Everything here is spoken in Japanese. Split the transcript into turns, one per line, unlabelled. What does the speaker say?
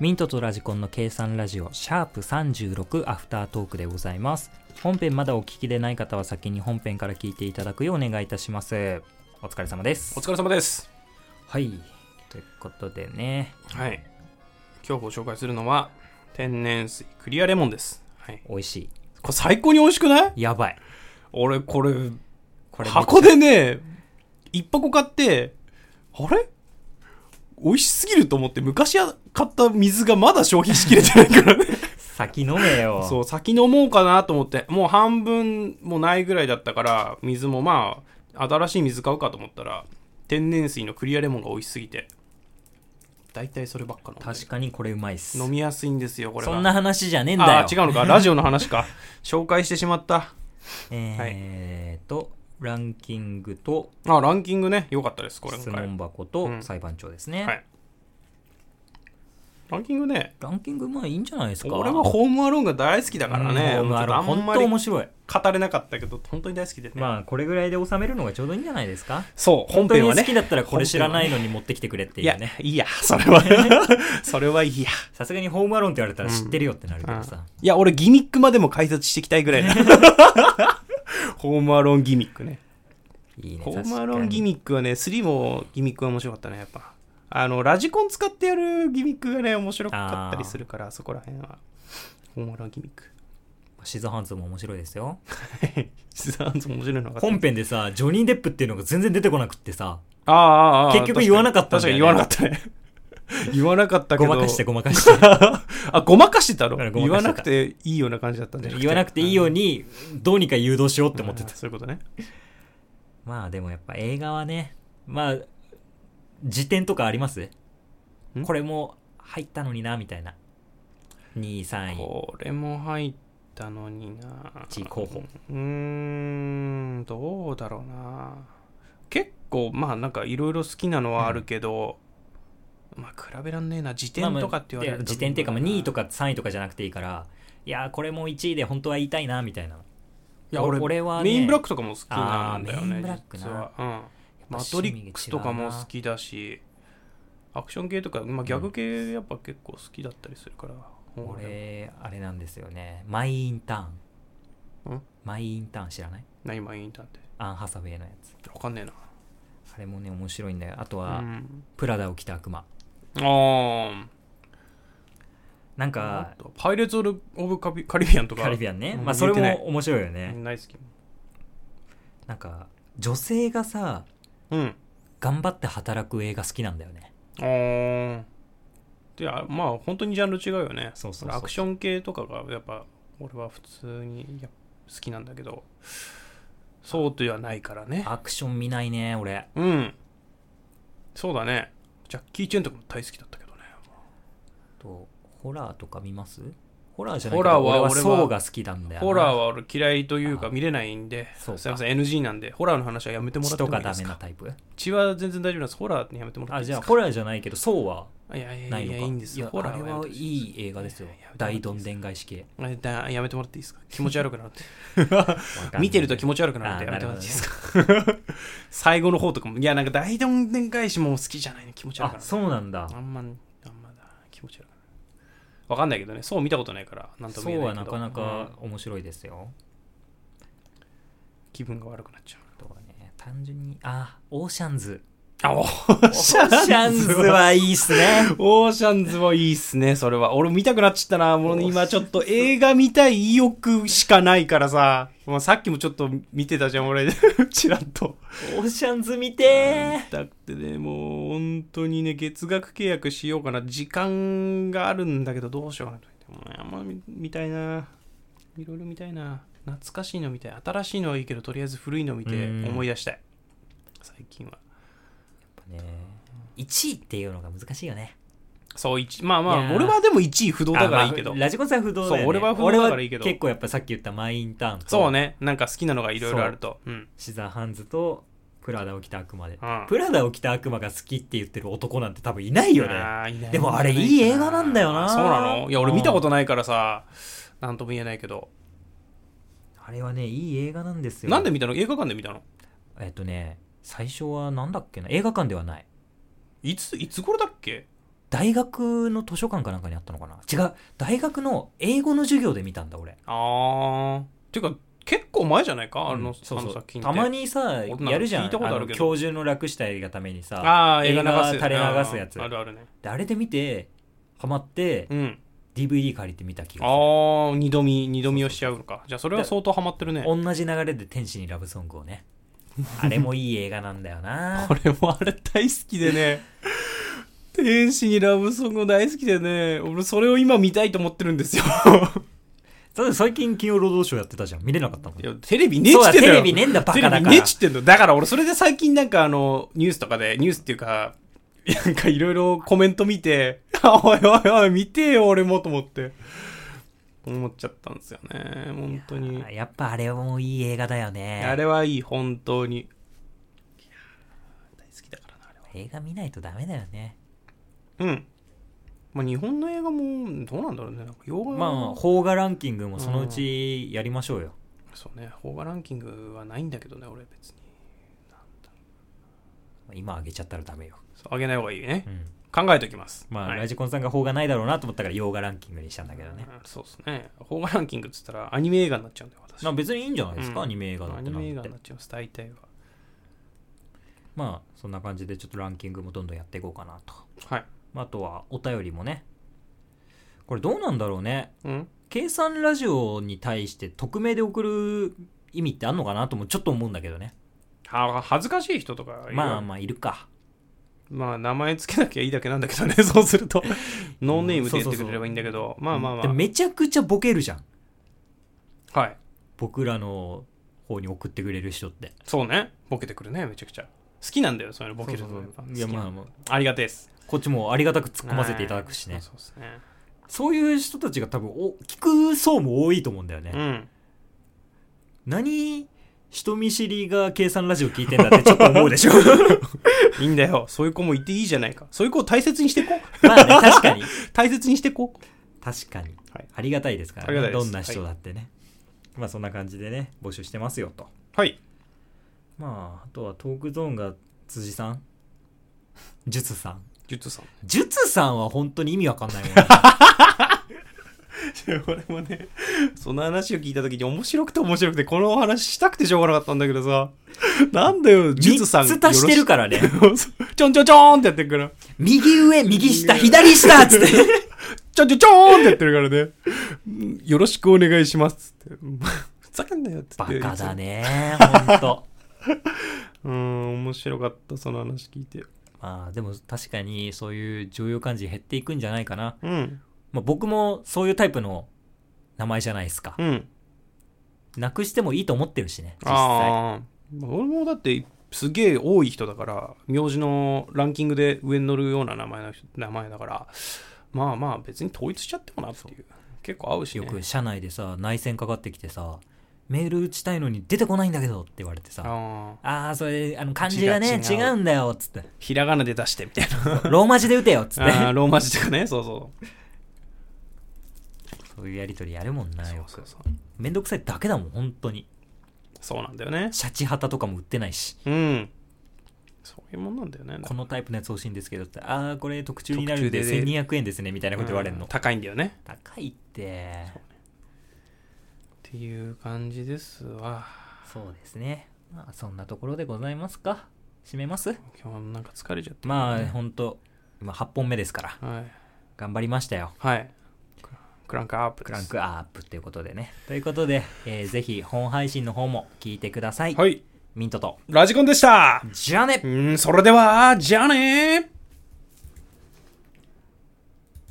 ミントとラジコンの計算ラジオ、シャープ36アフタートークでございます。本編まだお聞きでない方は先に本編から聞いていただくようお願いいたします。お疲れ様です
お。疲れ様です。
はい。ということでね、
はい。今日ご紹介するのは、天然水クリアレモンです。はい。
美味し
これ最高に美味しくない
い。やばい。
俺、これ、
これめっちゃ
箱でね、一箱買って、あれ美味しすぎると思って、昔買った水がまだ消費しきれてないから ね。
先飲めよ。
そう、先飲もうかなと思って、もう半分もないぐらいだったから、水もまあ、新しい水買うかと思ったら、天然水のクリアレモンが美味しすぎて、大体そればっか飲んでる
確かにこれうまいっす。
飲みやすいんですよこれが
そんな話じゃねえんだよ。
あー違 うのかラジオの話か紹介してしまった
えーと、ランキングと
あランキングね良かったですこれ
質
今回
問箱
う
と
ん
裁判長ですね。
はいランキングね
ランキングまあいいんじゃないですか。
俺はホームアローンが大好きだからね、
うんホームアローン
ちょっとあん
本
ま
当
り
面白い。
語れなかったけど本当に大好きでね、
まあこれぐらいで収めるのがちょうどいいんじゃないですか。
そう本
本当
編は
に好
ね
きだったらこれ知らないのに持ってきてくれって
い
い
や
うね。
いいやそれは それはいいや
さすがにホームアローンって言われたら知ってるよってなるけどさ。
いや俺ギミックまでも解説していきたいぐら いなホームアローンギミックね
いいね。
ホー
確
ム
か
ア
に
ロンギミックはね、3もギミックは面白かったね、やっぱ。あの、ラジコン使ってやるギミックがね、面白かったりするから、そこら辺は。ホームアロンギミック。
シザーハンズも面白いですよ。
シザーハンズも面白いのが。
本編でさ、ジョニー・デップっていうのが全然出てこなくって さ、
ああああああ
結局言わなかったん
確
だ
か
よ
に
ね
確かに言わなかったね。 言わなかったけ
ご
ど。
まかしてごまかして。
あ、ごまかしてたろ
だから。ごま
言
か
わ
してた
なくていいような感じだったんじゃ
言わなくていいよう
に
に、どうにか誘導しようって思ってた。
そういうことね。
まあでもやっぱ映画はね、まあ、辞典とかあります
ん
これも入ったのにな、みたいな。2位、3位。
これも入ったのにな。
一位候補
うーんどうだろうな結構まあなんかいろいろ好きなのはあるけど、まあ比べらんねえな辞典とかって言われ
まあまあいや
ると
辞典っていうか、まあ、2位と
か
か3位とかじゃなくていいから、いやー、これも1位で本当は言いたいな、みたいな。
いや俺
俺はね
メインブラックとかも好きなんだよ
あーメイ
ね
ンブラックな
実は、うん、マトリックスとかも好きだしアクション系とか、まあ、ギャグ系やっぱ結構好きだったりするから、
俺、あれなんですよね。マイ・インターン
ん。
マイ・インターン知らない
何マインターンって
アン・ハサウェイのやつ。
わかんねえな
あれもね、面白いんだよ。あと
う
は、
ん
プラダを着た悪魔。
あー
なん
あ
か、
とパイレーツ・オブ・カリビアンとか
カリビアンね。
うん
まあ、それ
言えてな
も面白いよね。
大好き
なんか女性がさ
うん
頑張って働く映画好きなんだよね
あーであまあ本当にジャンル違うよね
そうそうそう
俺アクション系とかがやっぱ俺は普通にや好きなんだけどそうではないからね
アクション見ないね俺
うんそうだねジャッキー・チェンとかも大好きだったけどね
とホラーとか見ますホラーじゃない
ホラーは
俺は
俺は
ソーが好きなんだよな
ホラーは俺嫌いというか
あ
見れないんで
そうか
すいません NG なんでホラーの話はやめてもら
血
って
と
もい
か
いで
ダ
す
メな
か
タイプ
血は全然大丈夫なんですホラーにやめてもらっ
あ
ていい
じ
で
ゃあ
す
ホ
か
ラーじゃないけどソーは
あいやいや
ない
い
の
や
か
いいんですよ
いやあれ
ホラー
は
はいやめてほし
い映画ですよ
いやいや
大どんでん返し系
あだやめてもらっていいですか気持ち悪くなって
わ かんない
見てると気持ち悪くなるんで
あ
や
な
め
る
て
ほ
も
ど
らっ
ね
ていいですか 最後の方とかもいやなんか大どんでん返しも好きじゃないの気持ち悪く
あ
なる
そうなんだ
あんまあんまだ気持ち悪くなるわかんないけどねそう見たことないからなんとも
ソ
言
ー
えない
は
けど
なかな
うん
か面白いですよ
気分が悪くなっちゃう
あとはね単純にあオーシャンズ
あお
オーシャンズはいいっすね
オーシャンズもいいっすねそれは俺見たくなっちゃったなもう今ちょっと映画見たい意欲しかないからさもうさっきもちょっと見てたじゃん俺 ちらっと
オーシャンズ見てー
だってねもう本当にね月額契約しようかな時間があるんだけどどうしようかなと思ってもうあんま見たいないろいろ見たいな懐かしいの見たい新しいのはいいけどとりあえず古いの見て
うん
思い出したい最近は
ね1位っていうのが難しいよね
そう一まあま
いや
あ
ー
俺はでも1位不動だからいいけ
あ
ど
まあラジコンさん不動だよ、ね、
そう俺は不動だからいいけど
俺は結構やっぱさっき言ったマイインターンと
そうねなんか好きなのがいろいろあるとうん
シザーハンズとプラダを着た悪魔で、
うん
プラダを着た悪魔が好きって言ってる男なんて多分いないよね
あーいない
でもあれいい映画なんだよな
そうなのいや俺見たことないからさなんとも言えないけど
あれはねいい映画なんですよ
なんで見たの映画館で見たの
えっとね最初はなんだっけな映画館ではない
いついつ頃だっけ
大学の図書館かなんかにあったのかな違う大学の英語の授業で見たんだ俺
あー。ていうか、結構前じゃないかあの,、
うんそう
あ
そ
の
う
作品って。
たまにさ
俺なんか
やるじゃん
聞いたことあるけど
の教授の楽したいがためにさ
ああ、映画流す。
映画垂れ流すやつ
うんあるあるね。
であれで見てハマって
うん
DVD 借りて見た気が
あ
する
ー二度見二度見をしちゃうのかじゃあそれは相当ハマってるね
同じ流れで「天使にラブソング」を ねあれもいい映画なんだよな
俺もあれ大好きで ね天使にラブソング大好きでね俺それを今見たいと思ってるんですよ
だって最近金曜ロードショーやってたじゃん見れなかったもん
いやテレビねえっ
そう
ち
だ
ってん
テ
だよ
レビねえんだバカだから
テレビねえっちってんだよだから俺それで最近なんかあのニュースとかでニュースっていうか なんかいろいろコメント見て おいおいおい見てよ俺もと思って思っちゃったんですよね本当に
あやっぱあれもいい映画だよね
あれはいい本当にいやー大好きだからなあれは
映画見ないとダメだよね
うん。まあ、日本の映画も、どうなんだろうね。なんか洋画
まあ
の、
邦画ランキングもそのうちやりましょうよ、
そうね、邦画ランキングはないんだけどね、俺別に。
今あげちゃったらダメよ、
そうあげない方がいいね
う。ん、
考えときます。
まあ、
はい
ラジコンさんが邦画ないだろうなと思ったから洋画ランキングにしたんだけどね、
うんそうですね。邦画ランキングっつったら、アニメ映画になっちゃうんだよ、私。
まあ別にいいんじゃないですか、
うん
アニメ映画だっ
ア
て
ニ
な
メ映
ん
画
て
になっちゃいます、大体は。
まあそんな感じでちょっとランキングもどんどんやっていこうかなと、
はい。
まあ、あとはお便りもねこれどうなんだろうね
うん。
計算ラジオに対して匿名で送る意味ってあんのかなともちょっと思うんだけどね
は恥ずかしい人とかいるよ
まあまあいるか
まあ名前つけなきゃいいだけなんだけどね そうするとノーネームでやってくれればいいんだけどまあまあま
でめちゃくちゃボケるじゃん
あはい
僕らの方に送ってくれる人って
そうねボケてくるねめちゃくちゃ好きなんだよそういうのボケるの
そう
や
そ
っぱ
う
好
そう
き
いやま
な
あ
の
まあ
ありがてえです
こっちもありがたく突っ込ませていただくしね
そうですね。
そういう人たちが多分お聞く層も多いと思うんだよね、
うん。
何人見知りが計算ラジオ聞いてんだってちょっと思うで しょ
いいんだよ。そういう子もいていいじゃないか。そういう子を大切にしてこう。
まあね確かに
大切にしてこう。
確かに、
はい
ありがたいですか
あり
ら
が
ね
たい
ど
です
んな人だってね、まあそんな感じでね募集してますよと
はい。
まああとはトークゾーンが辻さん術さん
ジュッツさん。
術さんは本当に意味わかんないも ん、ね、
俺もね、その話を聞いた時に面白くて面白くて、このお話したくてしょうがなかったんだけどさ。なんだよ、ジュッツさん。
3つ足してるからね
よろしくちょんちょんちょーんってやってるから。
右 上右下左下っつって
ちょんちょんちょーんってやってるからねうん。よろしくお願いしますっつって。ふざけんなよっつ
バ
って。
カだね本当
うん、面白かった、その話聞いて。
まあでも確かにそういう常用漢字減っていくんじゃないかな、
うん。
まあ、僕もそういうタイプの名前じゃないですか
うん。
なくしてもいいと思ってるしね実際
ああー俺もだってすげえ多い人だから名字のランキングで上に乗るような名前の人名前だからまあまあ別に統一しちゃってもなっていう結構合うし、
よ
ね、
く社内でさ内戦かかってきてさメール打ちたいのに出てこないんだけどって言われてさ
あー
ああーそれあの漢字がね
字
違
が違う
うんだよっつって
ひらがなで出してみたいな
ローマ字で打てよっつって
あ ーローマ字とかねそうそう
そういうやりとりやるもんな
そう
よ
そうそう
めんどくさいだけだもん本当に
そうなんだよね
シャチハタとかも売ってないし
うんそういうもんなんだよね
このタイプのやつ欲しいんですけどってああこれ特注になるん
特
で
注で
1200円ですねみたいなこと言われるの、
うん高いんだよね
高いって
っていう感じですわ
そうですねまあそんなところでございますか締めます
今日なんか疲れちゃった
まあ本当今8本目ですから
はい
頑張りましたよ
はいクラクランクアップ
ク
です
ランクアップということでねということで、えーぜひ本配信の方も聞いてください、
はい
ミントと
ラジコンでした
じゃあね
うん、それでは、じゃあねー